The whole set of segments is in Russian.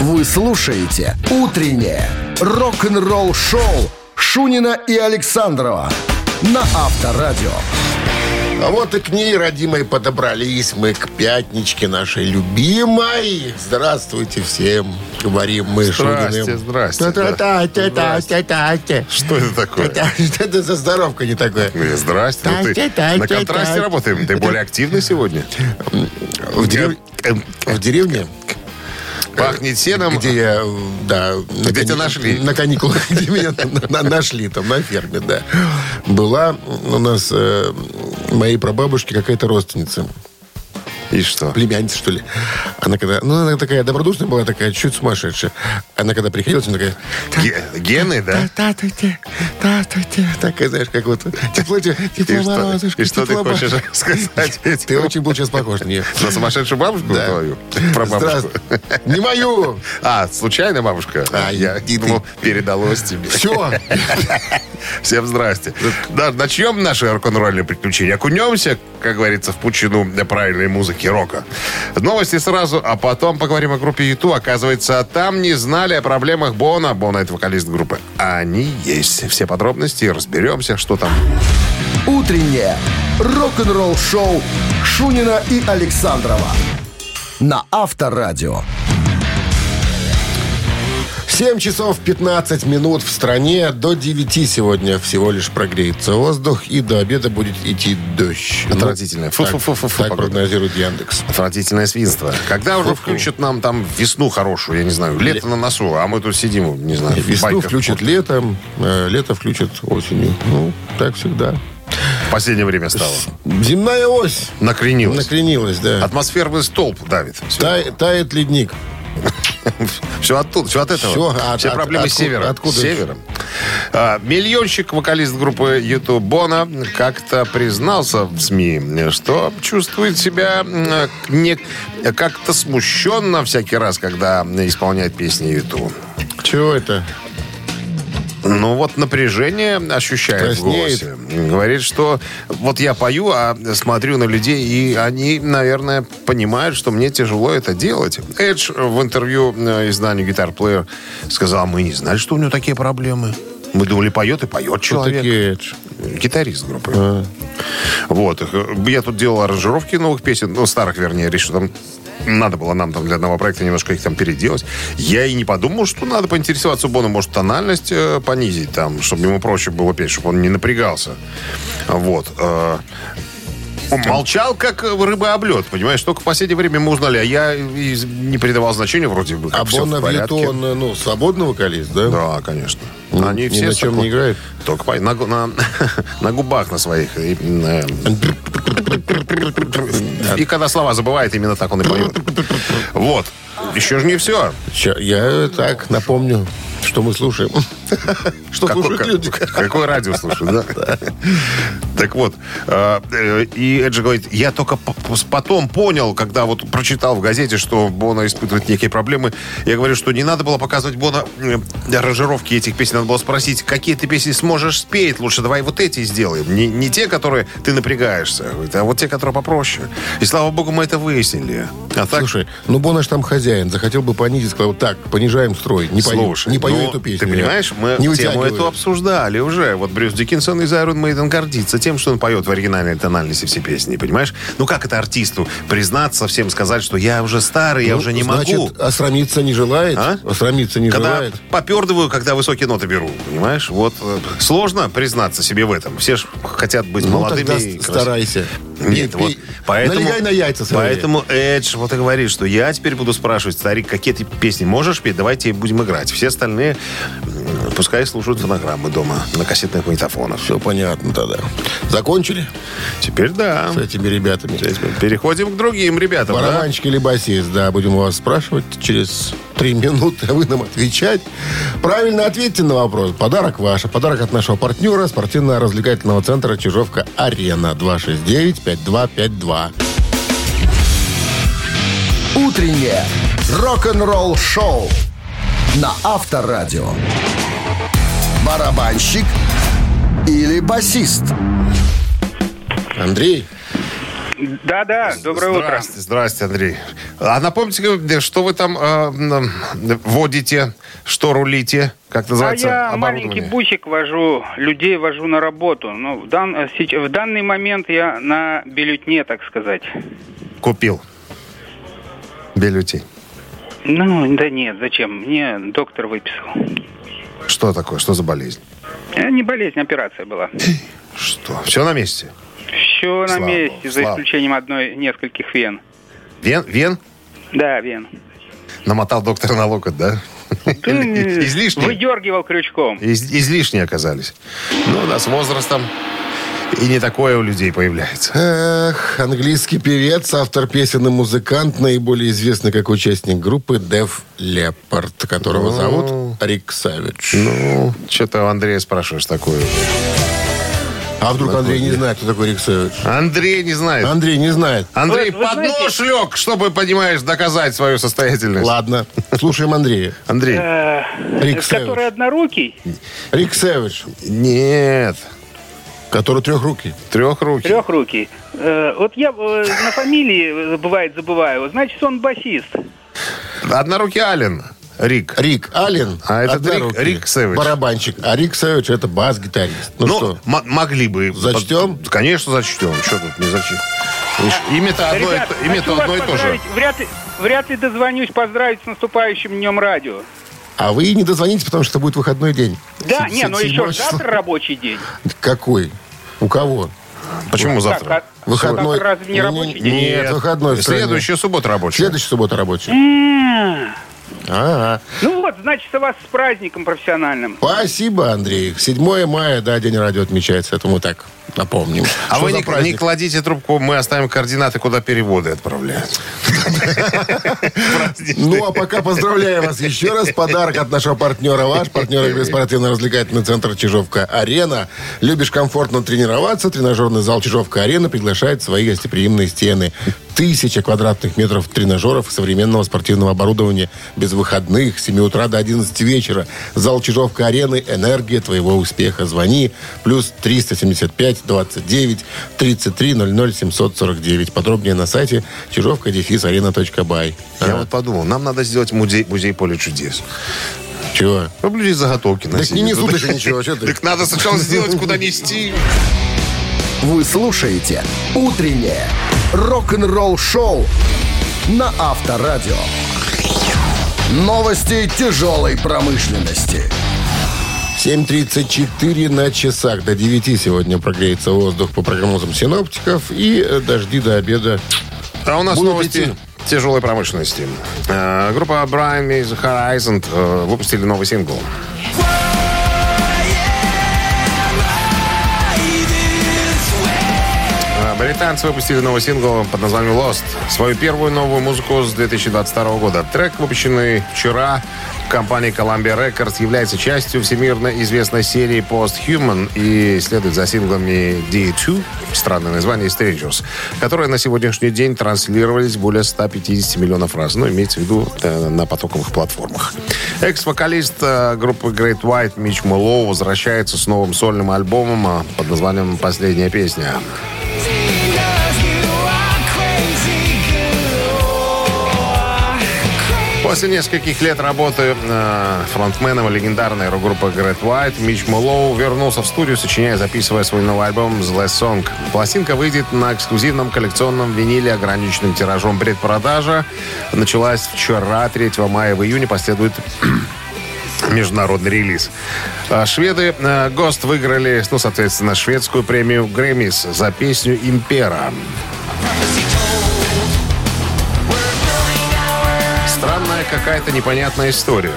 Вы слушаете «Утреннее рок-н-ролл-шоу» Шунина и Александрова на Авторадио. А вот и к ней, родимой, подобрались мы к пятничке нашей любимой. Здравствуйте всем, говорим мы Здрасте, Шуриным. Ну, здрасте, Та-та-та-та-та-та-та. Что это такое? Это- Что это за здоровка не такая? Э, Здрасте. Ну, ты Здрасте, на контрасте здрасте. работаем. Ты более активный сегодня? э, В, дерев- в деревне, Пахнет сеном. где я, да, на Где тебя кани- нашли? На каникулах, где меня на- на- нашли, там, на ферме, да. Была у нас э, моей прабабушки какая-то родственница. И что? племянница, что ли. Она когда... Ну, она такая добродушная была, такая чуть сумасшедшая. Она когда приходила, она такая... Ге- Гены, да? Татуйте, татуйте. Такая, знаешь, как вот... Тепло, те- И тепло, что, морозушка, и что ты тепло, хочешь сказать? Ты очень был сейчас похож на нее. На сумасшедшую бабушку Да. твою? Про бабушку. Не мою! А, случайно бабушка? А, я и ты. думал, передалось тебе. Все. Всем здрасте. Да, начнем наши рок-н-ролльные приключения. Окунемся, как говорится, в пучину правильной музыки рока. Новости сразу, а потом поговорим о группе Юту. Оказывается, там не знали о проблемах Бона. Бона — это вокалист группы. А они есть. Все подробности, разберемся, что там. «Утреннее рок-н-ролл-шоу» Шунина и Александрова на Авторадио. 7 часов 15 минут в стране. До 9 сегодня всего лишь прогреется воздух. И до обеда будет идти дождь. Ну, Отвратительно. так- Фу-фу-фу-фу-фу, Так погода. прогнозирует Яндекс. Отвратительное свинство. Когда уже включат нам там весну хорошую, я не знаю, лето на носу, а мы тут сидим, не знаю, в Весну байках. включат летом, э, лето включат осенью. Ну, так всегда. В последнее время стало. Земная ось Накренилось. накренилась, А да. Атмосферный столб давит. Тай- тает ледник. Все оттуда, все от этого. Всё, а- все от- проблемы с откуда- севера. откуда С севера. А, миллионщик, вокалист группы YouTube Бона, как-то признался в СМИ, что чувствует себя м, не, как-то смущенно всякий раз, когда исполняет песни YouTube. Чего это? Ну вот напряжение ощущает в Краснеет. голосе. Говорит, что вот я пою, а смотрю на людей, и они, наверное, понимают, что мне тяжело это делать. Эдж в интервью э, изданию Guitar Player сказал, мы не знали, что у него такие проблемы. Мы думали, поет и поет человек. Такие... Э, а, Гитарист группы. Вот. э, Я тут делал аранжировки новых песен, ну, старых, вернее, решил там надо было нам там для одного проекта немножко их там переделать. Я и не подумал, что надо поинтересоваться у Бона, может, тональность э, понизить там, чтобы ему проще было петь, чтобы он не напрягался. Вот. э, он молчал, как э, рыба об лед, понимаешь? Только в последнее время мы узнали, а я и не придавал значения вроде бы. как А всё Бонна в порядке. Вьетон, э, ну, свободный вокалист, да? Да, конечно. Ну, ни на с чем такой- не играют. Только по- на, гу- на- на губах на своих. И, э, и когда слова забывает, именно так он и поет. Вот. Еще же не все. Ща- я так напомню, что мы слушаем. Что слушают люди. какое радио слушают, да? Так вот, э, э, и Эджи говорит, я только по- пос- потом понял, когда вот прочитал в газете, что Бона испытывает некие проблемы, я говорю, что не надо было показывать Бона э, аранжировки этих песен, надо было спросить, какие ты песни сможешь спеть, лучше давай вот эти сделаем, не, не те, которые ты напрягаешься, говорит, а вот те, которые попроще. И слава богу, мы это выяснили. А так, Слушай, ну Бонна ж там хозяин, захотел бы понизить, сказал, так, понижаем строй, не пою, Слушай, не пою ну, эту песню. Ты понимаешь, мы не тему вытягиваю. эту обсуждали уже. Вот Брюс Диккинсон из Iron Maiden гордится тем, что он поет в оригинальной тональности все песни, понимаешь? Ну как это артисту признаться всем, сказать, что я уже старый, я Ну, уже не значит, могу. осрамиться не желает? А? Осрамиться не Когда желает? попердываю, когда высокие ноты беру, понимаешь? Вот э, сложно признаться себе в этом. Все же хотят быть Ну, молодыми тогда и красивыми. старайся. Нет, Пей- вот пей. поэтому... Налегай на яйца свои. Поэтому Эдж вот и говорит, что я теперь буду спрашивать, старик, какие ты песни можешь петь, давайте будем играть. Все остальные м, пускай слушают фонограммы дома на кассетных магнитофонах. Все понятно тогда. Закончили Теперь да. с этими ребятами? Переходим к другим ребятам, да? Барабанщик или басист, да, будем у вас спрашивать через три минуты, а вы нам отвечать. Правильно ответьте на вопрос. Подарок ваш. Подарок от нашего партнера спортивно-развлекательного центра «Чижовка-Арена» 269-5252. «Утреннее рок-н-ролл-шоу» на Авторадио. Барабанщик или басист? Андрей, Да, да, доброе утро. Здрасте, здрасте, Андрей. А напомните, что вы там э, м, водите, что рулите, как А называется я оборудование? маленький бусик вожу, людей вожу на работу. Ну, в, дан, э, сеч- в данный момент я на бюллетне, так сказать. Купил. Бюллетень. Ну, да нет, зачем? Мне доктор выписал. Что такое? Что за болезнь? Э, Не болезнь, операция была. Что? Все на месте? Все на Слава месте, богу, за слава. исключением одной, нескольких вен. Вен? Вен? Да, вен. Намотал доктора на локоть, да? Или из- Излишне? Выдергивал крючком. Из- Излишне оказались. Ну, да, с возрастом и не такое у людей появляется. Эх, английский певец, автор песен и музыкант, наиболее известный как участник группы Дев Лепард, которого зовут Рик Савич. Ну, что-то у Андрея спрашиваешь такое. А вдруг Андрей не знает, кто такой Рик Савич? Андрей не знает. Андрей не знает. Андрей Вы- вы под знаете- нож лег, чтобы, понимаешь, доказать свою состоятельность. Ладно, Э, слушаем Андрея. Андрей. Э, Рик Который Сэвидж. однорукий, Рик Савич, Нет. который трехрукий. Трехрукий. трехрукий. Э, Вот я э, на фамилии э, бывает забываю. Значит, он басист. Однорукий Ален. Рик. Рик Аллен. А этот Рик- однорукий, Рик Сэвидж. Барабанщик. А Рик Савич это бас-гитарист. Ну, Ну, что? м- могли бы. Зачтем? Под- Конечно, зачтем. Что тут не зачтем? Видишь, Имя-то одно, и Ребят, то- имя-то хочу вас одно и то же. поздравить. Вряд ли, вряд ли дозвонюсь поздравить с наступающим днем радио. А вы не дозвоните, потому что будет выходной день. Да, Се- не, ну се- но седьмое еще число. завтра рабочий день. Какой? У кого? Почему завтра? Так, а- Выходной. завтра разве не рабочий день? Нет, выходной в стране. Следующая суббота рабочая. Следующая суббота рабочая. М, А. Ага. Ну вот, значит, вас с праздником профессиональным. Спасибо, Андрей. 7 мая, да, День радио отмечается. Это мы так напомним. А Что вы за не, не праздник? кладите трубку, мы оставим координаты, куда переводы отправляют. Ну, а пока поздравляю вас еще раз. Подарок от нашего партнера ваш, партнер игры спортивно-развлекательный центр «Чижовка-Арена». Любишь комфортно тренироваться? Тренажерный зал «Чижовка-Арена» приглашает в свои гостеприимные стены. Тысяча квадратных метров тренажеров и современного спортивного оборудования без выходных с 7 утра до 11 вечера. Зал «Чижовка-Арены» – энергия твоего успеха. Звони плюс 375 29 33 00 749. Подробнее на сайте чижовка-арена.бай. Я вот подумал, нам надо сделать музей, музей поля чудес. Чего? Чтобы людей заготовки носили. не несут еще ничего, чё ты? Так надо сначала сделать, куда нести. Вы слушаете «Утреннее рок-н-ролл-шоу» на Авторадио. Новости тяжелой промышленности. 7.34 на часах. До 9 сегодня прогреется воздух по прогнозам синоптиков. И э, дожди до обеда. А у нас Будут новости идти. тяжелой промышленности. Э, группа Brian May the Horizon э, выпустили новый сингл. Э, Британцы выпустили новый сингл под названием Lost. Свою первую новую музыку с 2022 года. Трек, выпущенный вчера компанией Columbia Records, является частью всемирно известной серии Post Human и следует за синглами D2, странное название, и Strangers, которые на сегодняшний день транслировались более 150 миллионов раз. Ну, имеется в виду э, на потоковых платформах. Экс-вокалист э, группы Great White Мич Мэллоу возвращается с новым сольным альбомом э, под названием «Последняя песня». После нескольких лет работы э, фронтменом легендарной рок-группы Great White Мич Мулоу вернулся в студию, сочиняя и записывая свой новый альбом The Last Song. Пластинка выйдет на эксклюзивном коллекционном виниле ограниченным тиражом предпродажа. Началась вчера, 3 мая, в июне последует международный релиз. А, Шведы э, Гост выиграли, ну, соответственно, шведскую премию Грэмис за песню «Импера». Странная какая-то непонятная история.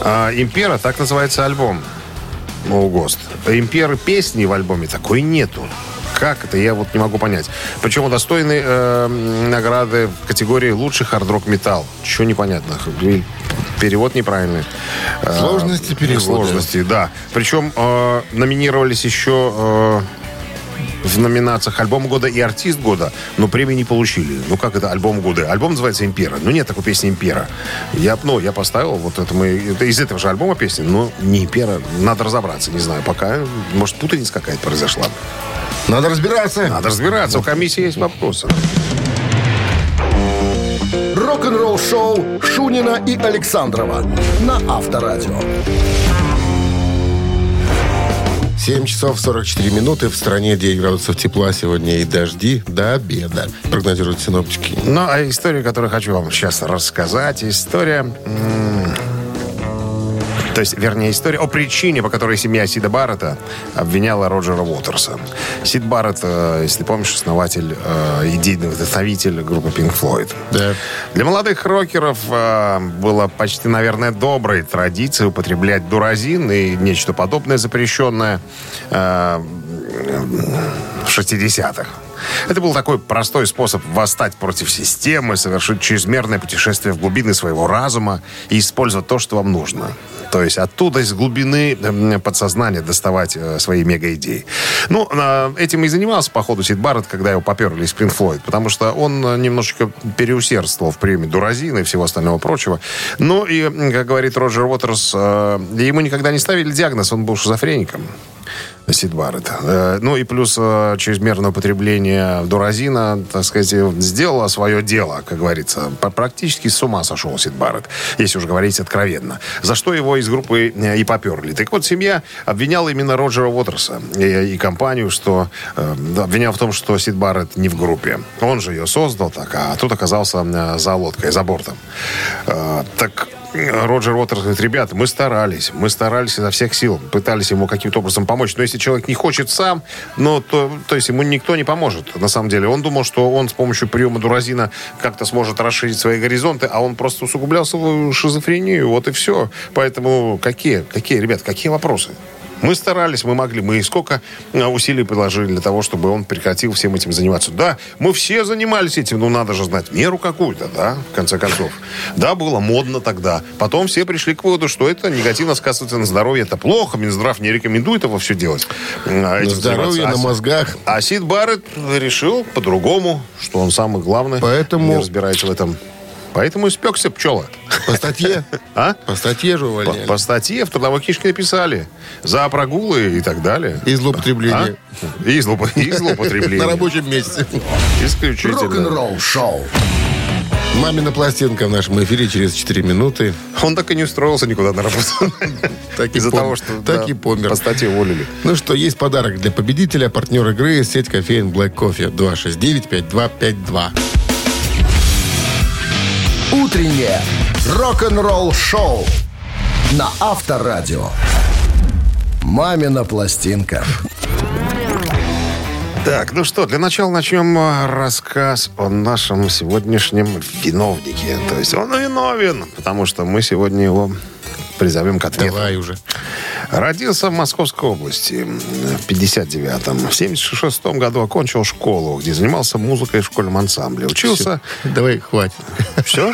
А, «Импера» так называется альбом у Гост. «Имперы» песни в альбоме такой нету. Как это, я вот не могу понять. Причем удостоены э, награды в категории «Лучший хард-рок металл». Чего непонятно. Или Перевод неправильный. Э, Сложности перевода. Сложности, да. Причем э, номинировались еще э, в номинациях «Альбом года» и «Артист года», но премии не получили. Ну, как это «Альбом года»? Альбом называется «Импера». Ну, нет такой песни «Импера». Я, ну, я поставил, вот это мы... Это из этого же альбома песни, но не «Импера». Надо разобраться, не знаю, пока. Может, путаница какая-то произошла. Надо разбираться. Надо разбираться, у комиссии есть вопросы. Рок-н-ролл-шоу Шунина и Александрова на Авторадио. 7 часов 44 минуты. В стране 9 градусов тепла сегодня и дожди до обеда. Прогнозируют синоптики. Ну, а история, которую хочу вам сейчас рассказать, история... м, То есть, вернее, история о причине, по которой семья Сида Баррета обвиняла Роджера Уотерса. Сид Барретт, э, если помнишь, основатель, э, идейный вдохновитель группы Pink Floyd. Да. Для молодых рокеров э, было почти, наверное, доброй традицией употреблять дуразин и нечто подобное запрещенное э, в 60-х. Это был такой простой способ восстать против системы, совершить чрезмерное путешествие в глубины своего разума и использовать то, что вам нужно. То есть оттуда, из глубины м, подсознания доставать э, свои мега-идеи. Ну, э, этим и занимался, походу, Сид Барретт, когда его поперли из Pink Floyd, потому что он э, немножечко переусердствовал в приеме дуразина и всего остального прочего. Ну и, м, как говорит Роджер Уотерс, э, ему никогда не ставили диагноз, он был шизофреником. Сид Барретт. Э, Ну и плюс э, чрезмерное употребление дуразина, так сказать, сделало свое дело, как говорится. П- Практически с ума сошел Сид Барретт, если уж говорить откровенно. За что его из группы э, и поперли. Так вот, семья обвиняла именно Роджера Уотерса и, и компанию, что э, обвиняла в том, что Сид Барретт не в группе. Он же ее создал так, а тут оказался э, за лодкой, за бортом. Э, Так Роджер Уотерс говорит, ребята, мы старались, мы старались изо всех сил, пытались ему каким-то образом помочь. Но если человек не хочет сам, ну, то, то есть ему никто не поможет, на самом деле. Он думал, что он с помощью приема дуразина как-то сможет расширить свои горизонты, а он просто усугублял свою шизофрению, вот и все. Поэтому какие, какие, ребят, какие вопросы? Мы старались, мы могли, мы и сколько э, усилий приложили для того, чтобы он прекратил всем этим заниматься. Да, мы все занимались этим, но надо же знать меру какую-то, да, в конце концов. Да, было модно тогда. Потом все пришли к выводу, что это негативно сказывается на здоровье, это плохо, Минздрав не рекомендует его все делать. э, этим здоровье, заниматься. на А с- мозгах. А Сид Барретт решил по-другому, что он самый главный. Поэтому- Не разбирается в этом. Поэтому испекся пчела. По статье. А? По статье же По, увольняли. по статье в трудовой книжке написали. За прогулы и так далее. И злоупотребление. А? И, злоупо- и злоупотребление. На рабочем месте. Исключительно. Рок-н-ролл-шоу. Мамина пластинка в нашем эфире через 4 минуты. Он так и не устроился никуда на работу. Так и Из-за пом- того, что так да, и помер. по статье уволили. Ну что, есть подарок для победителя, партнер игры, сеть кофеин Black Coffee 269-5252. Утреннее рок-н-ролл-шоу на Авторадио. «Мамина пластинка». Так, ну что, для начала начнем э, рассказ о нашем сегодняшнем виновнике. То есть он виновен, потому что мы сегодня его призовем к ответу. Давай уже. Родился в Московской области м, в 59-м. В 76-м году окончил школу, где занимался музыкой в школьном ансамбле. Учился... Давай, хватит. Все?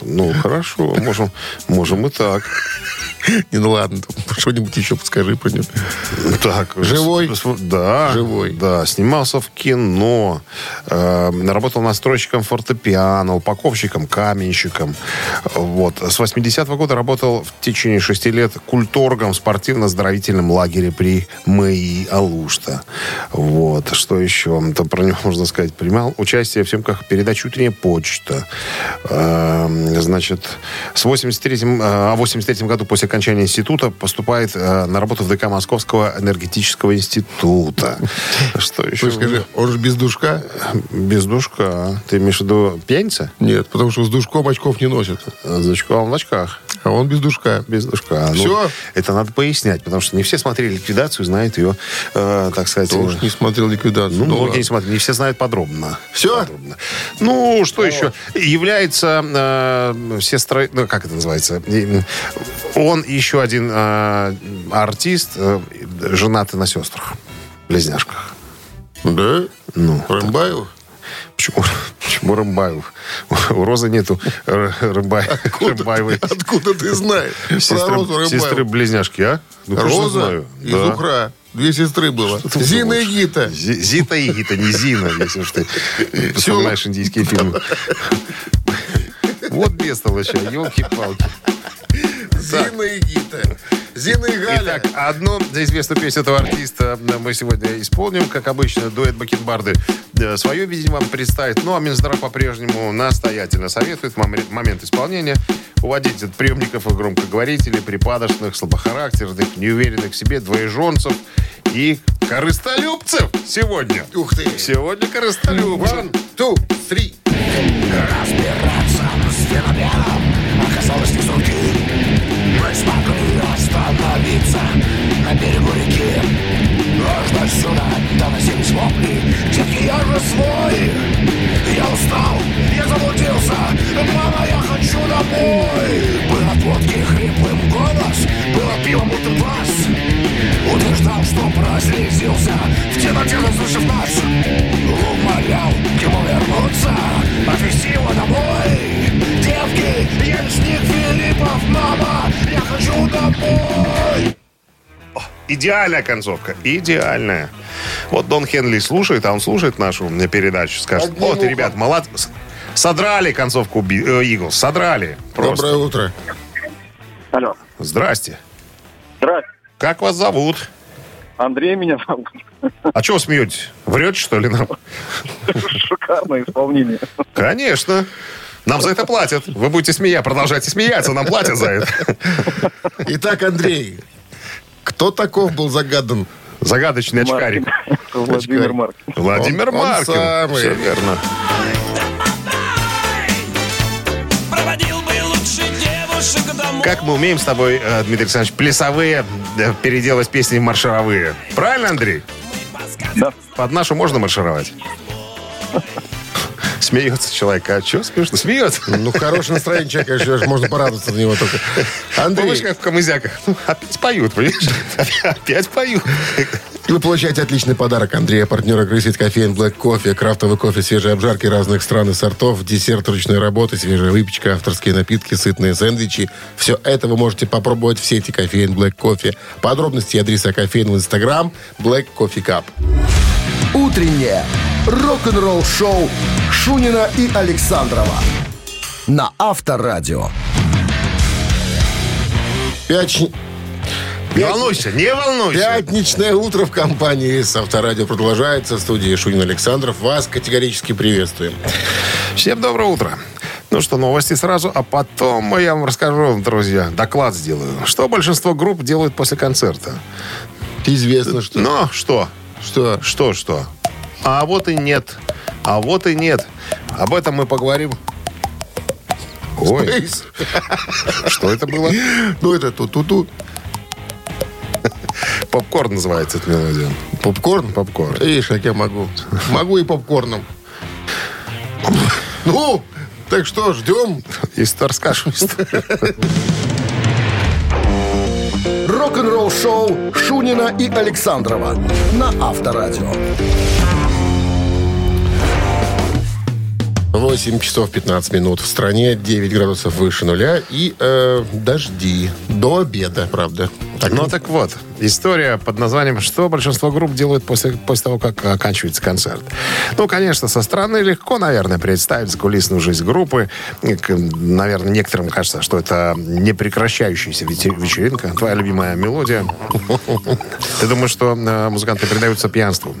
Ну, хорошо, можем, можем и так. Не, ну ладно, там что-нибудь еще подскажи про него. Так, э, Живой? с- с- да. Живой. Да, снимался в кино, э, работал настройщиком фортепиано, упаковщиком, каменщиком. Вот. С 80-го года работал в течение шести лет культоргом в спортивно-оздоровительном лагере при МАИ Алушта. Вот. Что еще? Там про него можно сказать. Принимал участие в съемках передачи «Утренняя почта». Э, значит, с 83-м, э, а в 83 году после окончания института поступает э, на работу в ДК Московского энергетического института. Что еще? Ты скажи, он же без душка? Без душка. Ты имеешь в виду пьяница? Нет, потому что с душком очков не носит. Э, С душком в очках. А он без душка. Без душка. Ну, Всё? это надо пояснять, потому что не все смотрели ликвидацию, знают ее, э, так сказать. Кто уж не смотрел ликвидацию. Ну, Да многие ладно. не смотрели, не все знают подробно. Всё? Подробно. Ну, что еще? Является э, сестрой, ну, как это называется? И, м, Он еще один э, артист, э, женатый на сестрах, близняшках. Да? Ну, Рымбаев? Почему, почему Рымбаев? У Розы нету э, Рымбай- Рымбаевой. Откуда ты знаешь? Про Розу Рымбаеву. Сестры-близняшки, а? Ну, конечно, Роза знаю. и Да. Зухра. Две сестры было. Что ты Зина и думаешь? Гита. Зи- Зита и Гита, не Зина, если уж ты вспоминаешь индийские фильмы. Вот бестолочь, елки-палки. Зина и Гита. Зина и Галя. Итак, одну из известных песен этого артиста э, мы сегодня исполним. Как обычно, дуэт Бакенбарды э, свое видение вам представит. Ну, а Минздрав по-прежнему настоятельно советует в мом- момент исполнения уводить от приемников и громкоговорителей, припадочных, слабохарактерных, неуверенных в себе, двоеженцев и корыстолюбцев сегодня. Ух ты. Сегодня корыстолюбцы. One, two, three. Идеальная концовка. Идеальная. Вот Дон Хенли слушает, а он слушает нашу мне передачу, скажет, Одним вот, ухом. ребят, молодцы. Содрали концовку Би- э, Иглс, содрали. Просто. Доброе утро. Алло. Здрасте. Здрасте. Как вас зовут? Андрей меня зовут. А чего смеетесь? Врете, что ли, нам? Шикарное исполнение. Конечно. Нам за это платят. Вы будете смея, продолжайте смеяться, нам платят за это. Итак, Андрей, кто таков был загадан? Загадочный очкарик. Владимир Маркин. Владимир Он- он Маркин. самый. Все верно. Проводил бы лучше девушек домой. Как мы умеем с тобой, э, Дмитрий Александрович, плясовые э, переделать песни в маршировые. Правильно, Андрей? Да. Под нашу можно маршировать? Смеется человек. А что смешно? Смеется. Ну, хорошее настроение человека, конечно, же, можно порадоваться на него только. Помнишь, Андрей, как в Камызяках? Ну, Опять поют, понимаешь? Опять поют. вы получаете отличный подарок Андрея, партнера игры «Сеть кофеин Black Кофе», крафтовый кофе, свежие обжарки разных стран и сортов, десерт ручной работы, свежая выпечка, авторские напитки, сытные сэндвичи. Все это вы можете попробовать в сети кофеин Black Кофе. Подробности и адреса кофеин в Инстаграм Black Coffee Cup. Утреннее рок-н-ролл-шоу Шунина и Александрова на Авторадио. Пяч- Не волнуйся, не волнуйся. Пятничное утро в компании с Авторадио продолжается. В студии Шунин Александров. Вас категорически приветствуем. Всем доброе утро. Ну что, новости сразу, а потом я вам расскажу, друзья, доклад сделаю. Что большинство групп делают после концерта? Известно, что... Но что? Что? Что, что? А вот и нет. А вот и нет. Об этом мы поговорим. Ой, что это было? Ну, это ту-ту-ту. Попкорн называется эта мелодия. Попкорн? Попкорн. Видишь, как я могу. Могу и попкорном. Ну, так что, ждем? Если ты расскажешь. Рок-н-ролл-шоу Шунина и Александрова на Авторадио. 8 часов 15 минут в стране, 9 градусов выше нуля и э, дожди. До обеда, правда. Так, Ну так вот, история под названием «Что большинство групп делают после, после того, как э, оканчивается концерт?». Ну, конечно, со стороны легко, наверное, представить закулисную жизнь группы. И, к- Наверное, некоторым кажется, что это непрекращающаяся вече- вечеринка. Твоя любимая мелодия. Ты думаешь, что э, музыканты предаются пьянству?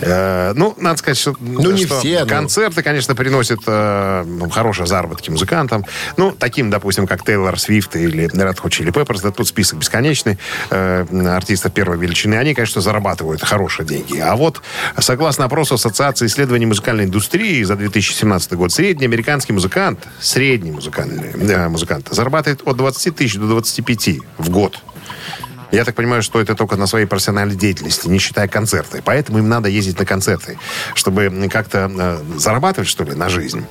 Э, Ну, надо сказать, что... Ну, не что все, но- концерт Концерты, конечно, приносят э, ну, хорошие заработки музыкантам. Ну, таким, допустим, как Тейлор Свифт или Red Hot Chili Peppers. Да тут список бесконечный. э, артистов первой величины. Они, конечно, зарабатывают хорошие деньги. А вот, согласно опросу Ассоциации исследований музыкальной индустрии за 2017 год, средний американский музыкант, средний музыкальный, э, музыкант зарабатывает от 20 тысяч до 25 в год. Я так понимаю, что это только на своей профессиональной деятельности, не считая концерты. Поэтому им надо ездить на концерты, чтобы как-то э, зарабатывать, что ли, на жизнь.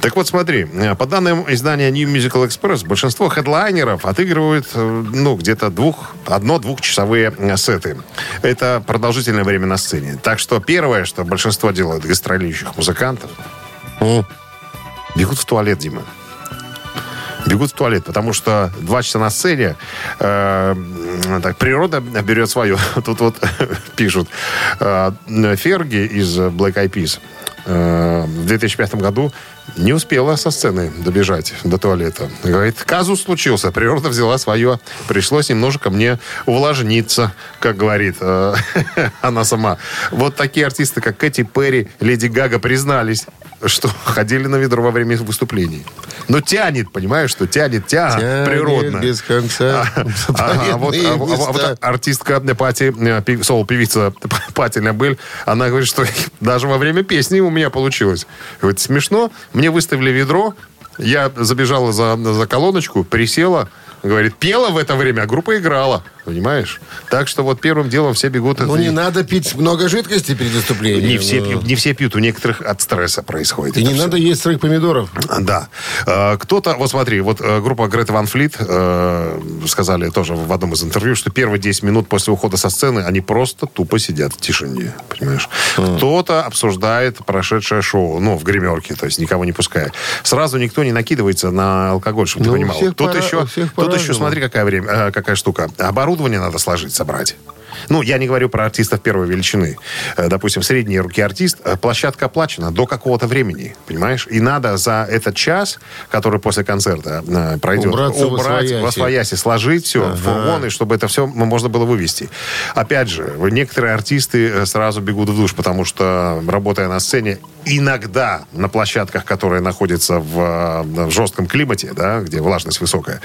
Так вот, смотри, э, по данным издания New Musical Express, большинство хедлайнеров отыгрывают, э, ну, где-то двух, одно-двухчасовые э, сеты. Это продолжительное время на сцене. Так что первое, что большинство делают гастролирующих музыкантов, бегут в туалет, Дима. бегут в туалет, потому что два часа на сцене, э, м, так, природа берет свое. Тут вот пишут, э, Ферги из Black Eyed Peas э, в 2005 году не успела со сцены добежать до туалета. Говорит, казус случился, природа взяла свое, пришлось немножко мне увлажниться, как говорит э, она сама. Вот такие артисты, как Кэти Перри, Леди Гага признались, что ходили на ведро во время выступлений. Но тянет, понимаешь, что тянет, тяга Тянет природно. без конца. А, а, а вот, а, а, а вот артистка э, Пати, э, пи- соло-певица Пати Набель, она говорит, что даже во время песни у меня получилось. Говорит, смешно, мне выставили ведро, я забежала за, за колоночку, присела, говорит, пела в это время, а группа играла, понимаешь? Так что вот первым делом все бегут. Ну, Это не надо пить много жидкости перед выступлением. не все, Ну, пьют, не все пьют, у некоторых от стресса происходит. И это не всё. надо есть сырых помидоров. Да. Э, Кто-то, вот смотри, вот э, группа Грета Ван Флит э, сказали тоже в одном из интервью, что первые 10 минут после ухода со сцены они просто тупо сидят в тишине, понимаешь? Хм. Кто-то обсуждает прошедшее шоу, ну, в гримерке, то есть никого не пуская. Сразу никто не накидывается на алкоголь, чтобы Ну, у ты понимал. всех Тут, пора- у еще, всех тут еще, по-разному. смотри, какая, время, э, какая штука. Оборудование надо сложить, собрать. Ну, я не говорю про артистов первой величины. Э, Допустим, средние руки артист, э, площадка оплачена до какого-то времени, понимаешь? И надо за этот час, который после концерта э, пройдет, Убраться во убрать, свояси. во свояси, сложить все в фургоны, чтобы это все можно было вывести. Опять же, некоторые артисты э, сразу бегут в душ, потому что, работая на сцене, иногда на площадках, которые находятся в, э, в жестком климате, да, где влажность высокая,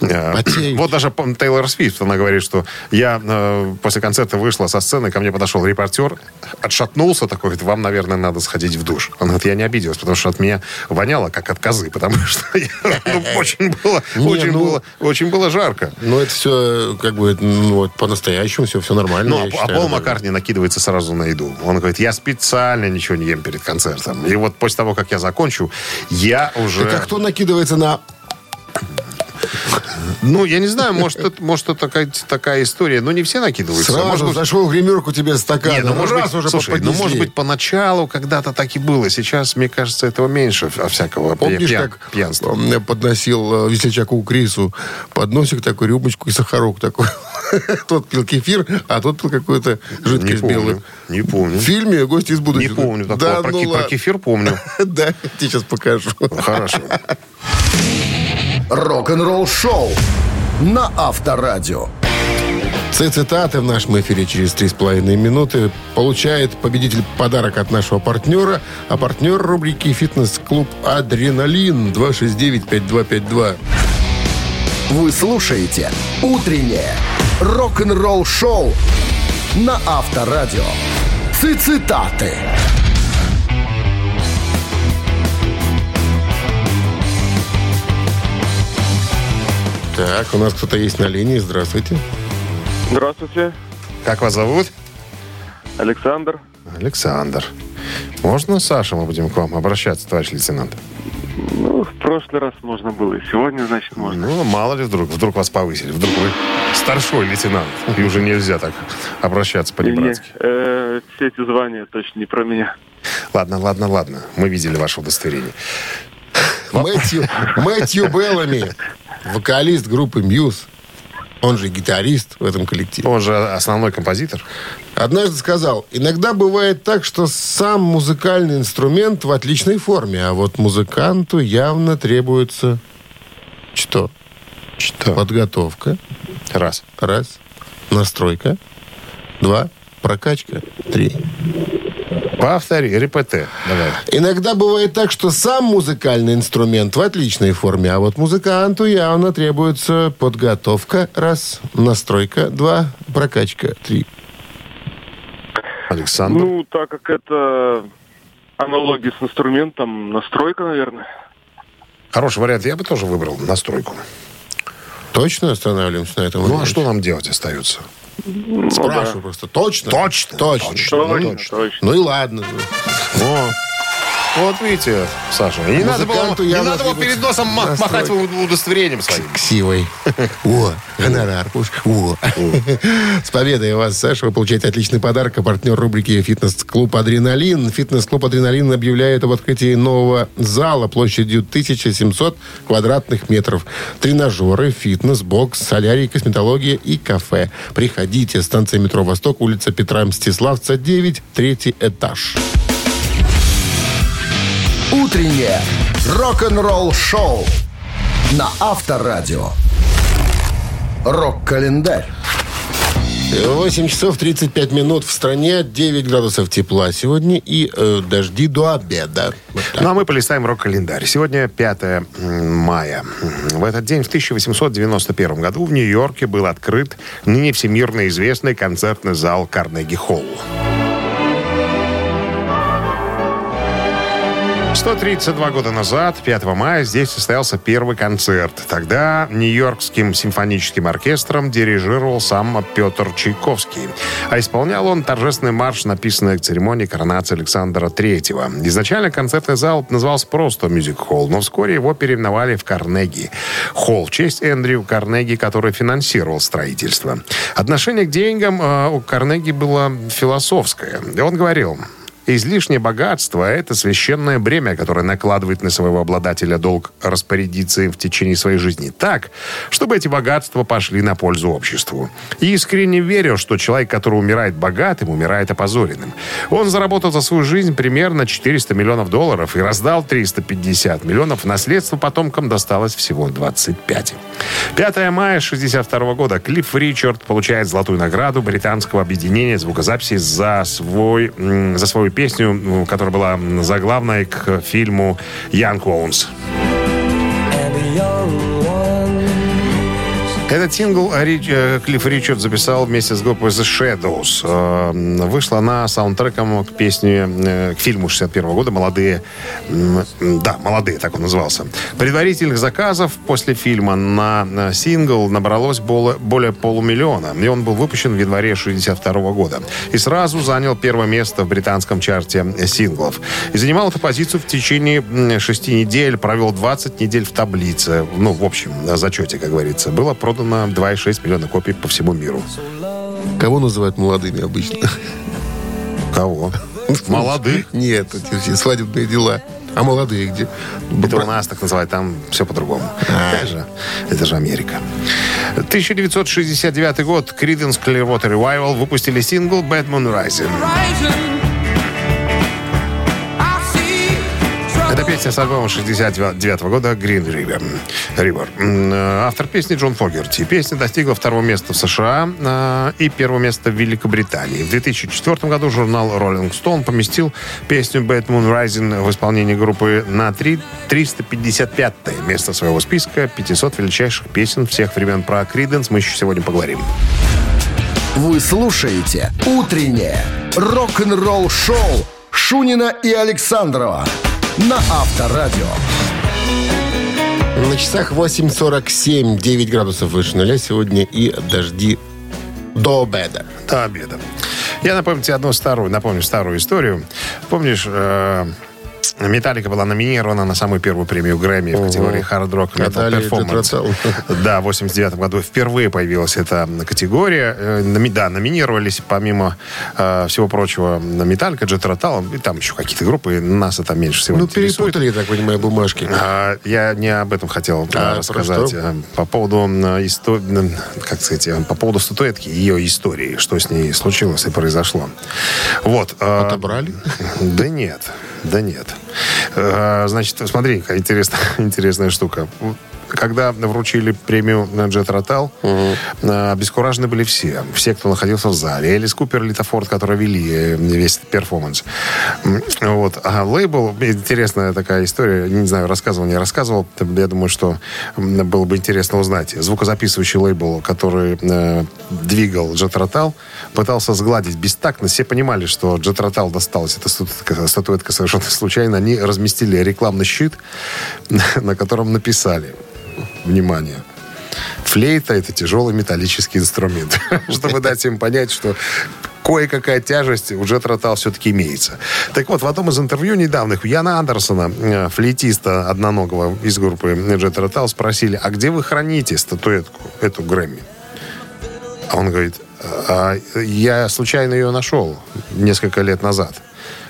э, Потеют. вот даже пом- Тейлор Свифт, она говорит, что я э, после концерта вышла со сцены, ко мне подошел репортер, отшатнулся такой, говорит, вам, наверное, надо сходить в душ. Она говорит, я не обиделась, потому что от меня воняло, как от козы, потому что я, ну, очень было, Не, очень ну- было, очень было жарко. Но Ну, это все, как бы, ну, вот, по-настоящему все, все нормально. Ну, я а, а считаю, Пол нормально. Маккартни накидывается сразу на еду. Он говорит, я специально ничего не ем перед концертом. И вот после того, как я закончу, я уже... Так а кто накидывается на... Ну, я не знаю, может, это, может, это такая, такая история. Но не все накидываются. Сразу а может, быть, зашел в гримерку тебе стакан. Не, ну, может раз быть, уже слушай, ну, поднесли. может быть, поначалу когда-то так и было. Сейчас, мне кажется, этого меньше а всякого Помнишь, пья- как пьянства. он мне подносил э, весельчаку Крису подносик такой, рюмочку и сахарок такой. Тот пил кефир, а тот пил какую-то Не жидкость белую. помню. Не помню. В фильме «Гости из Не будущего». помню такого. Да, про, ну ки- про ладно. кефир помню. Да, я тебе сейчас покажу. Хорошо. Рок-н-ролл шоу на Авторадио. Все цитаты в нашем эфире через 3,5 минуты. Получает победитель подарок от нашего партнера. А партнер рубрики «Фитнес-клуб Адреналин» 269-5252. Вы слушаете «Утреннее рок-н-ролл-шоу» на Авторадио. Цитаты. 52. Так, у нас кто-то есть на линии. Здравствуйте. Здравствуйте, Как вас зовут? Александр. Александр. Можно, Саша, мы будем к вам обращаться, товарищ лейтенант? Ну, в прошлый раз можно было, и сегодня, значит, можно. Ну, мало ли вдруг. Вдруг вас повысили. Вдруг вы старшой лейтенант. И уже нельзя так обращаться Мне, по-небратски. э, все эти звания точно не про меня. Ладно, ладно, ладно. Мы видели ваше удостоверение. Мэтью, Мэтью Беллами, вокалист группы «Мьюз». Он же гитарист в этом коллективе. Он же основной композитор. Однажды сказал, иногда бывает так, что сам музыкальный инструмент в отличной форме, а вот музыканту явно требуется что? Что? Подготовка. Раз. Раз. Настройка. Два. Прокачка. Три. Повтори, репете. Давай. Иногда бывает так, что сам музыкальный инструмент в отличной форме, а вот музыканту явно требуется подготовка. Раз. Настройка. Два. Прокачка. Три. Александр. Ну, так как это аналогия с инструментом, настройка, наверное. Хороший вариант. Я бы тоже выбрал настройку. Точно останавливаемся на этом? Ну, а варианте? что нам делать остается? Спрашиваю просто. Точно? Ну, Точно. Точно. Точно. Ну, точно. Ну и ладно. О, Вот видите, Саша, не надо было, Музыканту не явно надо было перед носом ма- настроить. махать удостоверением своим. Ксивой. О, гонорар уж. О. С победой вас, Саша. Вы получаете отличный подарок. А партнер рубрики «Фитнес-клуб Адреналин». «Фитнес-клуб Адреналин» объявляет об открытии нового зала площадью 1700 квадратных метров. Тренажеры, фитнес, бокс, солярий, косметология и кафе. Приходите. Станция метро «Восток», улица Петра Мстиславца, 9, третий этаж. Утреннее рок-н-ролл-шоу на Авторадио. Рок-календарь. 8 часов 35 минут в стране, 9 градусов тепла сегодня и э, дожди до обеда. Вот так. Ну, а мы полистаем рок-календарь. Сегодня 5 м, мая. М, В этот день, в 1891 году, в Нью-Йорке был открыт ныне всемирно известный концертный зал Карнеги-Холл. 132 года назад, 5 мая, здесь состоялся первый концерт. Тогда Нью-Йоркским симфоническим оркестром дирижировал сам Петр Чайковский. А исполнял он торжественный марш, написанный к церемонии коронации Александра III. Изначально концертный зал назывался просто «Мюзик-холл», но вскоре его переименовали в «Карнеги». Холл в честь Эндрю Карнеги, который финансировал строительство. Отношение к деньгам э, у Карнеги было философское. И Он говорил, Излишнее богатство – это священное бремя, которое накладывает на своего обладателя долг распорядиться им в течение своей жизни так, чтобы эти богатства пошли на пользу обществу. И искренне верю, что человек, который умирает богатым, умирает опозоренным. Он заработал за свою жизнь примерно 400 миллионов долларов и раздал 350 миллионов. В Наследство потомкам досталось всего 25. 5 мая 1962 года Клифф Ричард получает золотую награду британского объединения звукозаписи за, свой, м, за свою песню, м, которая была м, заглавной к фильму «Янг Оунс». Этот сингл Рич- э, Клифф Ричард записал вместе с группой The Shadows. Э, м, Вышла она саундтреком к песне, э, к фильму 61 года «Молодые». м, м, Да, «Молодые», так он назывался. Предварительных заказов после фильма на на сингл набралось более, более полумиллиона. И он был выпущен в январе 62 года. И сразу занял первое место в британском чарте синглов. И занимал эту позицию в течение м, шести недель. Провел 20 недель в таблице. Ну, в общем, на зачете, как говорится. Было продано 2,6 миллиона копий по всему миру. Кого называют молодыми обычно? Кого? Молодых. Нет, эти все свадебные дела. А молодые где? Это у нас так называют, там все по-другому. Это же, это же Америка. 1969 год. Creedence Clearwater Revival выпустили сингл «Bad Moon Rising». Это песня с альбома 69 года «Green River». River. М, э, Автор песни Джон Фогерти. Песня достигла второго места в США э, и первого места в Великобритании. В 2004 году журнал Rolling Stone поместил песню «Bad Moon Rising» в исполнении группы на три- 355 место своего списка 500 величайших песен всех времен. Про Creedence мы еще сегодня поговорим. Вы слушаете «Утреннее рок-н-ролл-шоу» Шунина и Александрова на Авторадио. На часах 8.47, 9 градусов выше нуля сегодня и дожди до обеда. до обеда. Я напомню тебе одну старую, напомню старую историю. Помнишь, э, Металлика была номинирована на самую первую премию Грэмми в категории Hard Rock Metal Катали Performance. тетрацал. Да, в 89 году впервые появилась эта категория. Э, номи- Да, номинировались, помимо э, всего прочего, Металлика, Джет Ротал, и там еще какие-то группы, нас это меньше всего Ну, интересует. перепутали, я так понимаю, бумажки. А, Я не об этом хотел А, а, про рассказать. что? А, По поводу, м, исто- м, как сказать, э, по поводу статуэтки, ее истории, что с ней случилось и произошло. Вот. а, Отобрали? Да нет, да нет. А, Значит, смотри, какая интересная, интересная штука. Когда вручили премию на Джет Ротал, а, обескуражены были все. Все, кто находился в зале. Элис Купер, Литофорд, которые вели э, весь этот перформанс. М, Вот. А лейбл, интересная такая история, не знаю, рассказывал, не рассказывал. Я думаю, что м, было бы интересно узнать. Звукозаписывающий лейбл, который э, двигал Джет Ротал, пытался сгладить бестактность. Все понимали, что Джет Ротал досталась эта статуэтка, статуэтка совершенно случайно. Они разместили рекламный щит, на котором написали, внимание, Флейта – это тяжелый металлический инструмент. Чтобы дать им понять, что кое-какая тяжесть уже тротал все-таки имеется. Так вот, в одном из интервью недавних у Яна Андерсона, э, флейтиста одноногого из группы Джет Ротал, спросили, а где вы храните статуэтку, эту Грэмми? А он говорит, «А, я случайно ее нашел несколько лет назад.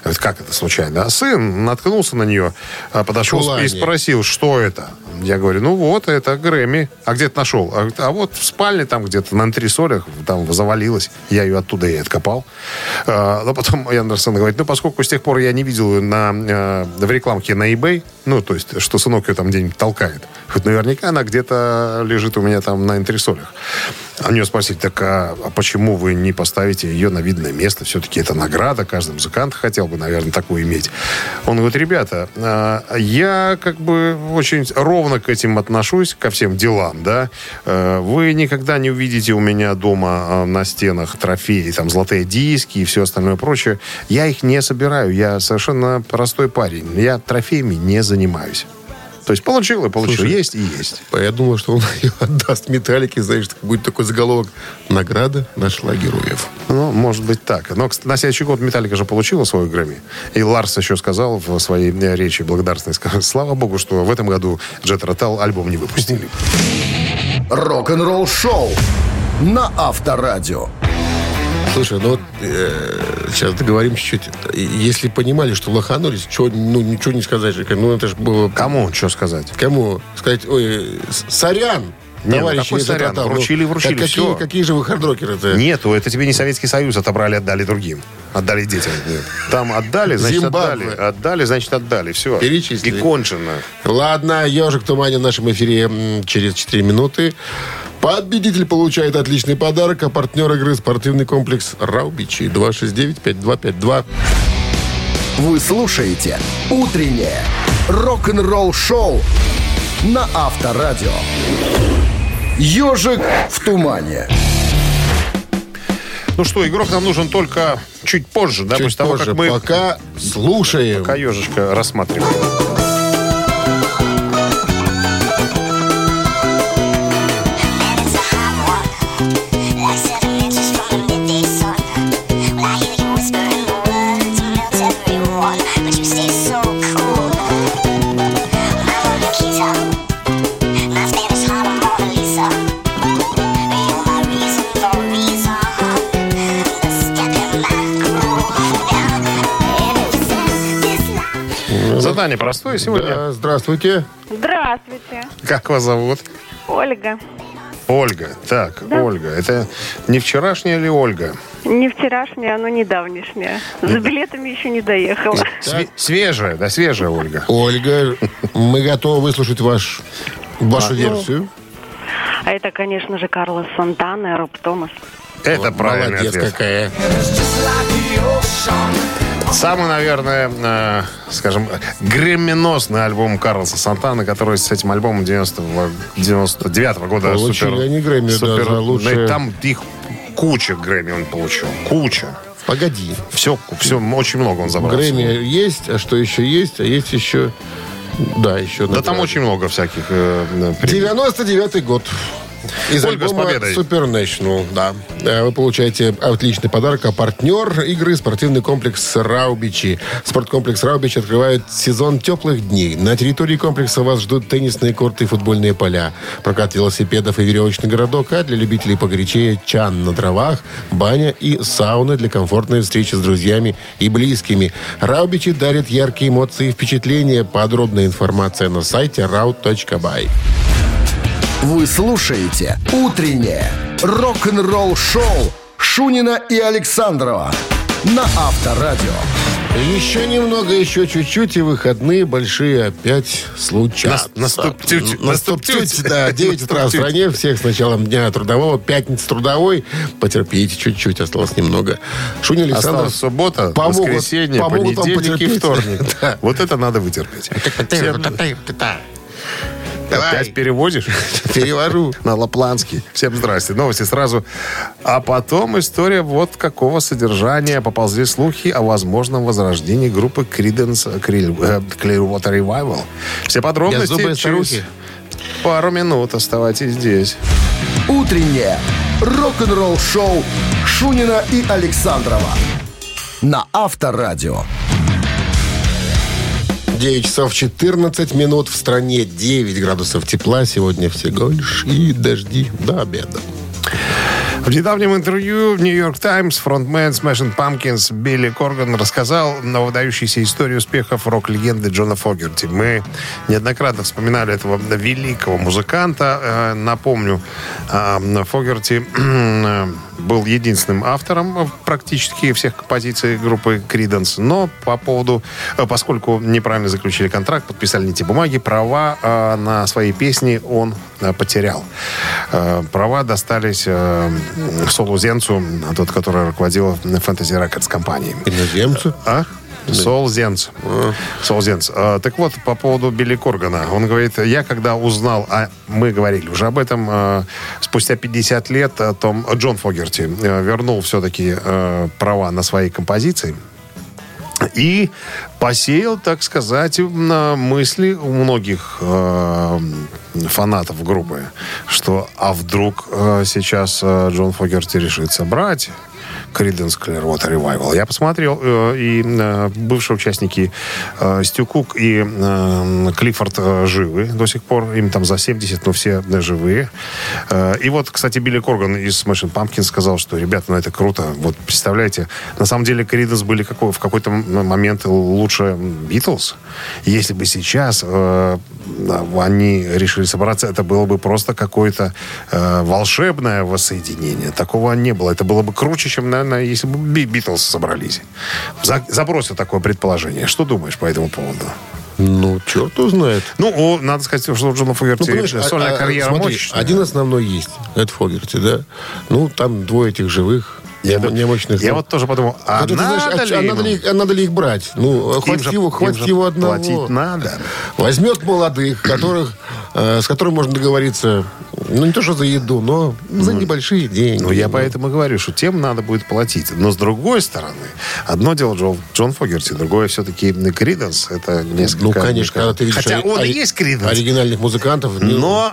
Говорит, как это случайно? А сын наткнулся на нее, а, подошел Чулане. и спросил, что это? Я говорю, ну вот, это Грэмми. А где ты нашел? А, говорит, «А вот в спальне там где-то на антресолях, там завалилась. Я ее оттуда и откопал. А, Но потом Андерсон говорит, ну поскольку с тех пор я не видел ее на, э, в рекламке на eBay, ну то есть, что сынок ее там где-нибудь толкает. Хоть наверняка она где-то лежит у меня там на антресолях. А у нее спросили, так а, а почему вы не поставите ее на видное место? Все-таки это награда, каждый музыкант хотел бы, наверное, такую иметь. Он говорит, ребята, а, я как бы очень ровно к этим отношусь, ко всем делам, да. Э, Вы никогда не увидите у меня дома э, на стенах трофеи, там, золотые диски и все остальное прочее. Я их не собираю, я совершенно простой парень. Я трофеями не занимаюсь. То есть получил и получил. Слушай, есть и есть. а Я думал, что он ее отдаст металлике, знаешь, так будет такой заголовок. Награда нашла героев. Ну, может быть так. Но кс- на следующий год Металлика же получила свою Грэмми. И Ларс еще сказал в своей э, речи благодарственной, сказал, слава богу, что в этом году Джет Ротал альбом не выпустили. Рок-н-ролл шоу на Авторадио. Слушай, ну вот э, сейчас договорим чуть-чуть. И Если понимали, что лоханулись, чё, ну, ничего не сказать. же. Ну, это же было... Кому что сказать? Кому? Сказать, ой, э, с- сорян, Не, ну товарищи какой из сорян? «Ротатау». Вручили, вручили, Так какие, всё. какие же вы хардрокеры-то? Нету, это тебе не Советский Союз отобрали, отдали другим. Отдали детям. Там отдали, значит Зимбабве. отдали. Отдали, значит отдали. Все. Перечислили. И кончено. Ладно, ежик в тумане в нашем эфире м, через 4 минуты. Победитель получает отличный подарок, а партнер игры спортивный комплекс Раубичи 269-5252. Вы слушаете «Утреннее рок-н-ролл-шоу» на Авторадио. «Ежик в тумане». Ну что, игрок нам нужен только чуть позже, да, Чуть после того, позже, как мы пока слушаем. пока ежечка рассматриваем. And it's a hot one, like seven inches from the midday sun. Well, I hear you whispering the words that melt everyone, but you stay so cool. My Nikita, my Spanish Harlem Mona Lisa. You're my reason for reason, the step in my groove. Ever since this life. Ну. Задание простое сегодня. Да, А, здравствуйте. Здравствуйте, Как вас зовут? Ольга. Ольга. Так, Ольга. Это не вчерашняя ли Ольга? Не вчерашняя, но недавнешняя. За билетами еще не доехала. Све- свежая, да, свежая Ольга. Ольга, мы готовы выслушать ваш, вашу ну, версию. А это, конечно же, Карлос Сантана и Роб Томас. Это правильный Молодец ответ. какая. Самый, наверное, э, скажем, греминосный альбом Карлса Сантана, который с этим альбомом 90-го 99-го года Получили они Грэмми, да, за лучшее. ну и Там их куча Грэмми он получил. Куча. Погоди. Все, все, очень много он забрал. Грэмми есть, а что еще есть? А есть еще... Да, еще... Да там награды. очень много всяких. э, э, премий. 99 год. Из Ольга, с альбома победой. Super National, да. Э, Вы получаете отличный подарок, а партнер игры спортивный комплекс «Раубичи». Спорткомплекс «Раубичи» открывает сезон теплых дней. На территории комплекса вас ждут теннисные корты и футбольные поля, прокат велосипедов и веревочный городок, а для любителей погорячее – чан на дровах, баня и сауна для комфортной встречи с друзьями и близкими. «Раубичи» дарит яркие эмоции и впечатления. Подробная информация на сайте rau.by. Вы слушаете «Утреннее рок-н-ролл-шоу» Шунина и Александрова на Авторадио. Еще немного, еще чуть-чуть, и выходные большие опять случатся. Нас- наступтють, Наступтють, наступтють. да, 9 утра в Наступтють. стране, всех с началом дня трудового, пятница трудовой, потерпите чуть-чуть, осталось немного. Шунин Александр, Осталась суббота, помогут- воскресенье, помогут вам понедельник и потерпеть. вторник. Да. А Вот это надо вытерпеть. Всем- Давай. Опять переводишь? Перевожу. На Лапланский. Всем здрасте. Новости сразу. А потом история вот какого содержания поползли слухи о возможном возрождении группы Creedence Крил- э, Clearwater Revival. Все подробности Беззубые через старухи. пару минут. Оставайтесь здесь. «Утреннее рок-н-ролл-шоу Шунина и Александрова на Авторадио. 9 часов 14 минут в стране 9 градусов тепла. Сегодня всего лишь и дожди до обеда. В недавнем интервью в «Нью-Йорк Таймс» фронтмен Smashing Pumpkins Билли Корган рассказал на выдающейся истории успехов рок-легенды Джона Фогерти. Мы неоднократно вспоминали этого великого музыканта. Э, Напомню, э, Фогерти э, был единственным автором практически всех композиций группы Криденс. Но по поводу, э, поскольку неправильно заключили контракт, подписали не те бумаги, права э, на свои песни он э, потерял. Э, Права достались э, Солу Зенцу, тот, который руководил Fantasy Records компанией. Иноземцу. А? Сол Зенц. Сол Зенц. А, Так вот, по поводу Билли Коргана. Он говорит, я когда узнал, а мы говорили уже об этом, а, спустя 50 лет а, Том, а, Джон Фогерти а, вернул все-таки а, права на свои композиции. И посеял, так сказать, на мысли у многих э, фанатов группы, что а вдруг э, сейчас э, Джон Фогерти решится брать Creedence Clearwater Revival. Я посмотрел, э, и э, бывшие участники э, Стю Кук и э, Клиффорд э, живы до сих пор. Им там за 70, но все э, живые. Э, и вот, кстати, Билли Корган из Smashing Pumpkins сказал, что, ребята, ну это круто. Вот, представляете, на самом деле Creedence были какой- в какой-то м- момент лучше Битлз. Если бы сейчас э, они решили собраться, это было бы просто какое-то э, волшебное воссоединение. Такого не было. Это было бы круче, чем, наверное, если бы Би- Битлз собрались. За- Забросил такое предположение. Что думаешь по этому поводу? Ну, черт узнает. Ну, о, надо сказать, что у Джона Фогерти понимаешь, а- сольная а- карьера смотри, мощная. Один основной есть. Это Фогерти, да? Ну, там двое этих живых. Я, нем- дум- немощных. я Ну, вот тоже подумал, а хотя ты знаешь, надо а- ли а ему? надо ли их- а надо ли их брать? Ну, Им хватит же- его, им хватит же его одного. Платить надо. Возьмет молодых, которых, э, с которыми можно договориться, ну, не то, что за еду, но за небольшие деньги. Ну, я поэтому и говорю, что тем надо будет платить. Но с другой стороны, одно дело Джон, Джон Фогерти, другое все-таки Криденс. Это несколько... Ну, конечно, мне когда ты видишь... Хотя ори- он и ори- есть Криденс, Оригинальных музыкантов. ну, но...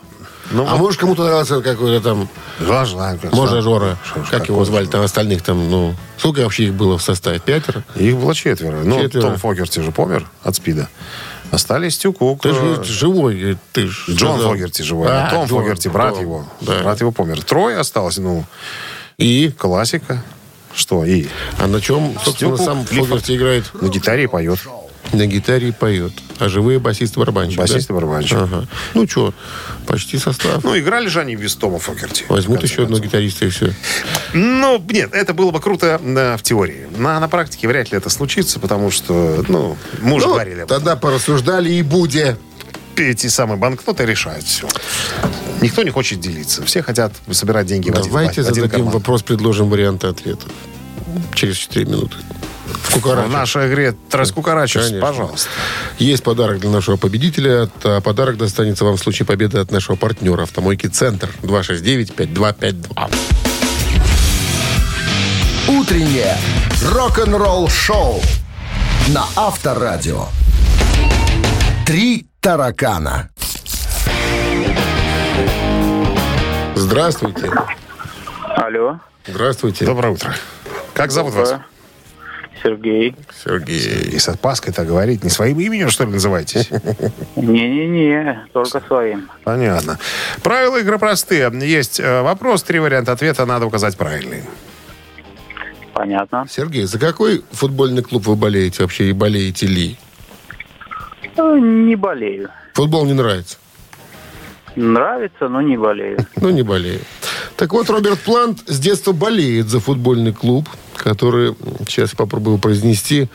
Ну, а может, кому-то нравился какой-то там можно, Можно Жора. Что ж, Как его какой звали там остальных там, ну... Сколько вообще их было в составе? Пятеро? Их было четверо. Ну, Четверо. Том Фогерти же помер от СПИДа. Остались Тюкук. Ты же живой, э, ты ж Джон сказал. Фогерти живой. А, Том Джон, Фогерти, брат Том, его. да. Брат его помер. Трое осталось, ну, И? классика. Что, и А на чем, собственно, Стюку сам Клиффорд. Фогерти играет? на гитаре поет. На гитаре и поет. А живые басист и барабанщик, да? Басист и барабанщик. Ага. Ну что, почти состав. Ну, играли же они без Тома Фогерти. в Возьмут конце еще одного концов. гитариста и все. Ну, нет, это было бы круто да, в теории. На, на практике вряд ли это случится, потому что, ну, мы уже говорили, об тогда порассуждали и буде. этом. эти самые банкноты решают все. Никто не хочет делиться. Все хотят собирать деньги в один- Давайте в один, зададим карман. вопрос, предложим варианты ответа. Через 4 минуты. В В кукараче. нашей игре раскукарачивайся, Конечно. пожалуйста. Есть подарок для нашего победителя. А подарок достанется вам в случае победы от нашего партнера «Автомойки Центр» 269-5252. Утреннее рок-н-ролл-шоу на Авторадио. Три таракана. Здравствуйте. Алло, Э, Здравствуйте. Доброе утро. Как зовут вас? Сергей. Сергей. И с опаской-то говорить. Не своим именем, что ли, называетесь? Не-не-не, только своим. Понятно. Правила игры простые. Есть э, вопрос, три варианта ответа. Надо указать правильный. Понятно. Сергей, за какой футбольный клуб вы болеете вообще и болеете ли? Ну, Не болею. Футбол не нравится? Нравится, но не болею. Ну, не болею. Так вот, Роберт Плант с детства болеет за футбольный клуб, который, сейчас попробую произнести,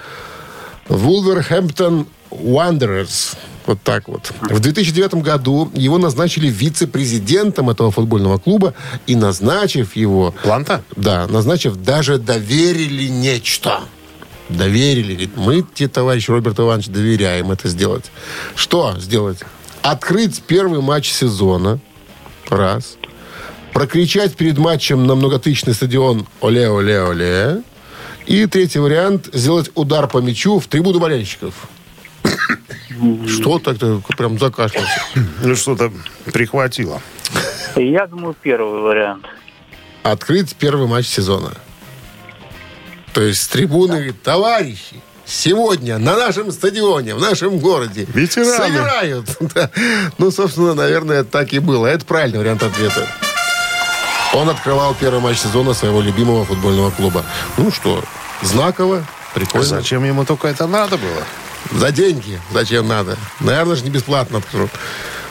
Вулверхэмптон Wanderers. Вот так вот. В 2009 году его назначили вице-президентом этого футбольного клуба и назначив его... Планта? Да, назначив, даже доверили нечто. Доверили. Говорит, Мы тебе, товарищ Роберт Иванович, доверяем это сделать. Что сделать? Открыть первый матч сезона. Раз. Прокричать перед матчем на многотысячный стадион «Оле-оле-оле». И третий вариант – сделать удар по мячу в трибуну болельщиков. Что так-то прям закашлялся? Ну, что-то прихватило. Я думаю, первый вариант. открыть первый матч сезона. То есть с трибуны, товарищи, сегодня на нашем стадионе, в нашем городе Ветераны. сыграют. Да. Ну, собственно, наверное, так и было. Это правильный вариант ответа. Он открывал первый матч сезона своего любимого футбольного клуба. Ну что, знаково, прикольно. Зачем ему только это надо было? За деньги. Зачем надо? Наверное, же не бесплатно откажут.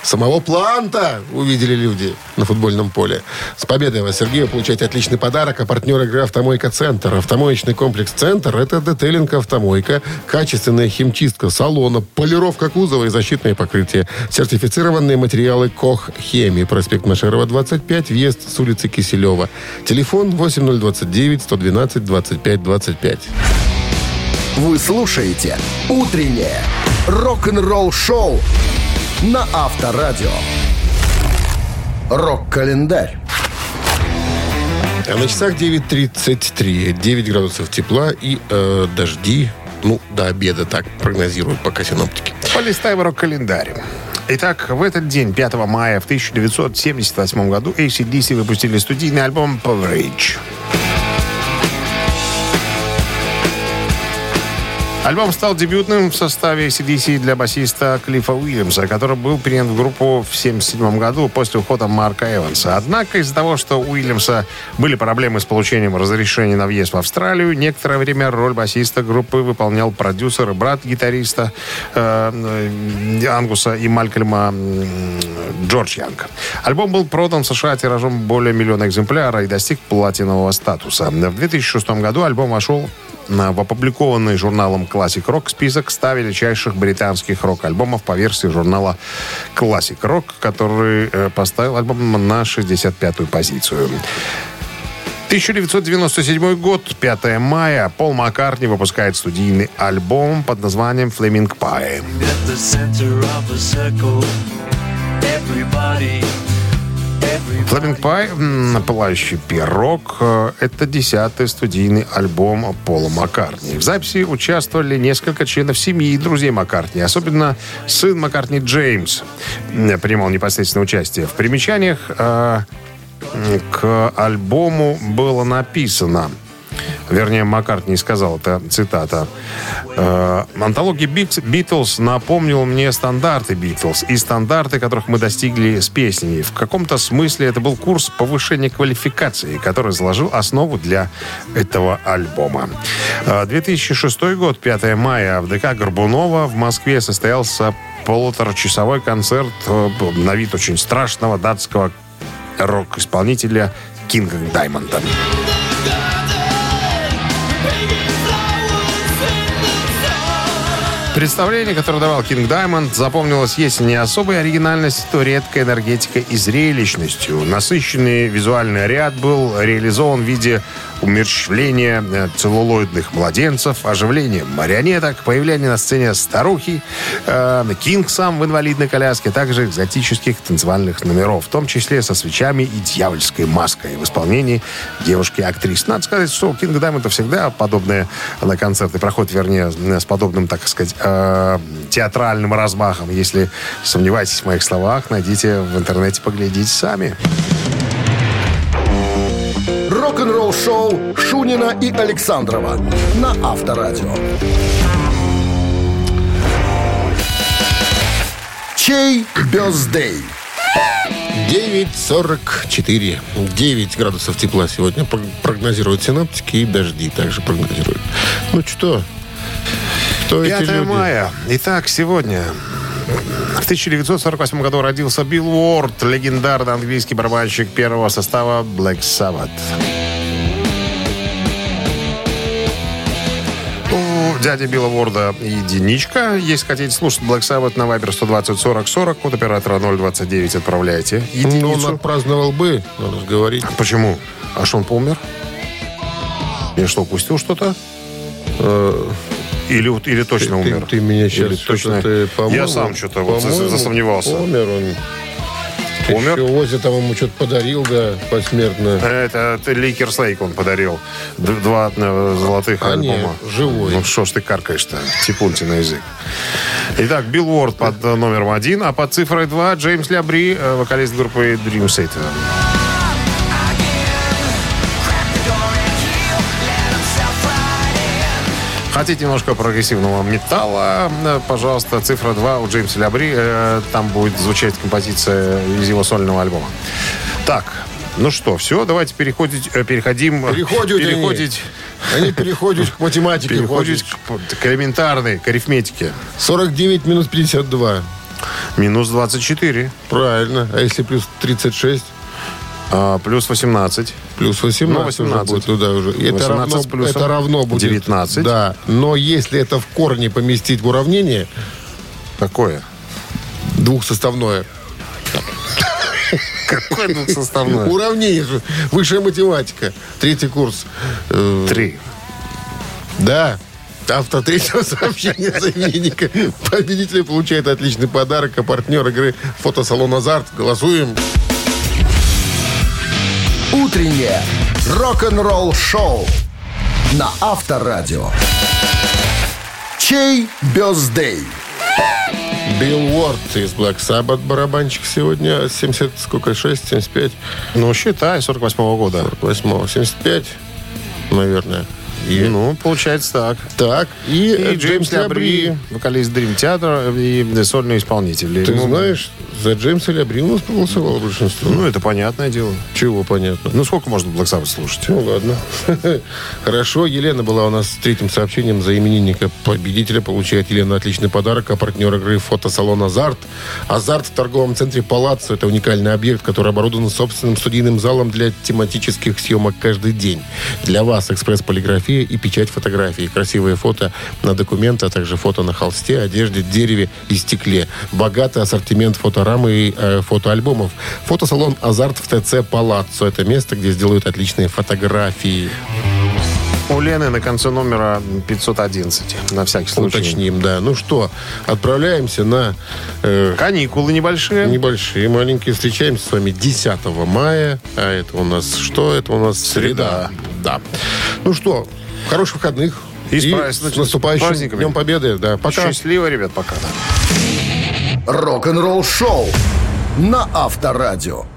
Самого планта увидели люди на футбольном поле. С победой вас, Сергей, вы получаете отличный подарок. А партнер игры «Автомойка Центр». Автомоечный комплекс «Центр» — это детейлинг «Автомойка», качественная химчистка салона, полировка кузова и защитные покрытия. Сертифицированные материалы «Кох Хеми». Проспект Машерова, 25, въезд с улицы Киселева. Телефон 8029-112-25-25. Вы слушаете «Утреннее рок-н-ролл-шоу» на Авторадио. Рок-календарь. А на часах 9.33. 9 градусов тепла и э, дожди. Ну, до обеда так прогнозируют пока синоптики. Полистаем рок-календарь. Итак, в этот день, 5 мая в 1978 году, ACDC выпустили студийный альбом «Poverage». Альбом стал дебютным в составе ACDC для басиста Клиффа Уильямса, который был принят в группу в 1977 году после ухода Марка Эванса. Однако из-за того, что у Уильямса были проблемы с получением разрешения на въезд в Австралию, некоторое время роль басиста группы выполнял продюсер и брат гитариста э, э, Ангуса и Малькольма м, Джордж Янг. Альбом был продан в США тиражом более миллиона экземпляров и достиг платинового статуса. В 2006 году альбом вошел на- в опубликованный журналом Classic Rock список 100 величайших британских рок-альбомов по версии журнала Classic Rock, который э, поставил альбом на 65-ю позицию. 1997 год, 5 мая, Пол Маккартни выпускает студийный альбом под названием «Flaming Pie». At the center of a circle, everybody, everybody. «Flaming Pie», м, «Пылающий пирог» э, — это десятый студийный альбом Пола Маккартни. В записи участвовали несколько членов семьи и друзей Маккартни, особенно сын Маккартни Джеймс м, принимал непосредственное участие. В примечаниях э, м, к альбому было написано... Вернее, Маккартни сказал, это цитата. «Э, «Антология Бит- Битлз напомнила мне стандарты Битлз и стандарты, которых мы достигли с песнями. В каком-то смысле это был курс повышения квалификации, который заложил основу для этого альбома». Э, 2006 год, 5 мая, в ДК Горбунова в Москве состоялся полуторачасовой концерт э, на вид очень страшного датского рок-исполнителя Кинга Даймонда. Представление, которое давал Кинг Даймонд, запомнилось, если не особой оригинальностью, то редкой энергетикой и зрелищностью. Насыщенный визуальный ряд был реализован в виде умерщвления э, целлулоидных младенцев, оживления марионеток, появления на сцене старухи, э, Кинг сам в инвалидной коляске, также экзотических танцевальных номеров, в том числе со свечами и дьявольской маской в исполнении девушки-актрисы. Ну, Надо сказать, что у Кинга Даймонда всегда подобные на концерты проходят, вернее, с подобным, так сказать, э, театральным размахом. Если сомневаетесь в моих словах, найдите в интернете, поглядите сами. Рок-н-ролл-шоу Шунина и Александрова на Авторадио. Чей бездей? 9.44. 9 градусов тепла сегодня Пр- прогнозируют синаптики и дожди также прогнозируют. Ну что? Кто эти 5 люди? мая. Итак, сегодня... В 1948 году родился Билл Уорд, легендарный английский барабанщик первого состава Black Sabbath. У дяди Билла Уорда единичка. Если хотите слушать Black Sabbath на Viber 120 40 40, код оператора 029 отправляйте. Ну, Единицу. он отпраздновал бы, надо же говорить. Почему? А что он помер? Я что, упустил что-то? Э, Или, вот- или Ты, точно умер? ты меня сейчас Или точно... что-то, по-моему, Я сам что-то вот за- по-моему, засомневался. Умер он. Умер? Еще Оззи там ему что-то подарил, да, посмертно. Это ты Ликер Слейк он подарил. Д- Два э, золотых А не, альбома. живой. Ну что ж ты каркаешь-то? Типуньте на язык. Итак, Билл Уорд под э, номером один, а под цифрой два Джеймс Лябри, э, вокалист группы Dream Theater. Хотите немножко прогрессивного металла? Э, Пожалуйста, цифра 2 у Джеймса Лябри. Э, Там будет звучать композиция из его сольного альбома. Так, ну что, все, давайте переходить, э, переходим... Переходят они. переходить, Они переходят к математике. переходить ходят. к, к элементарной, к арифметике. 49 минус 52. Минус 24, Правильно. А если плюс 36? а, плюс 18. Плюс 18, Ну, 18. уже будет, ну да, уже. Это 18 равно, с плюсом это равно будет. 19. Да, но если это в корне поместить в уравнение, Какое? двухсоставное, Какое двухсоставное? уравнение же, высшая математика, третий курс. Э, Три. Да. Автор третьего сообщения заменника. Победитель получает отличный подарок, а партнер игры фотосалон «Азарт». Голосуем. Утреннее рок-н-ролл-шоу на Авторадио. Чей бездей? Билл Уорд из Black Sabbath барабанщик сегодня. 70, сколько, 6, 75, Ну, считай, 48-го года. 8, 75, наверное. И- Ну, получается так. Так, и, И э, Джеймс Лябри, вокалист Dream Theater э, и сольный исполнитель. Ты Ну, знаешь, за Джеймса Лябри у нас проголосовало большинство. Ну, это понятное дело. Чего понятно. Ну, сколько можно Black Sabbath слушать? Ну, ладно. Хорошо, Елена была у нас с третьим сообщением за именинника победителя. Получает Елена отличный подарок, а партнер игры фотосалон «Азарт». «Азарт» в торговом центре «Палаццо» — это уникальный объект, который оборудован собственным студийным залом для тематических съемок каждый день. Для вас экспресс-полиграфия и печать фотографий. Красивые фото на документы, а также фото на холсте, одежде, дереве и стекле. Богатый ассортимент фоторамы и э, фотоальбомов. Фотосалон «Азарт» в ТЦ «Палаццо». Это место, где сделают отличные фотографии. У Лены на конце номера 511, на всякий случай. Уточним, да. Ну что, отправляемся на э, Каникулы небольшие. небольшие, маленькие. Встречаемся с вами 10 мая. А это у нас что? Это у нас среда. Да. Ну что, хороших выходных. И с праздник- с наступающим праздниками. Днем Победы. Да, пока. Счастливо, ребят, пока. Рок-н-ролл-шоу на Авторадио.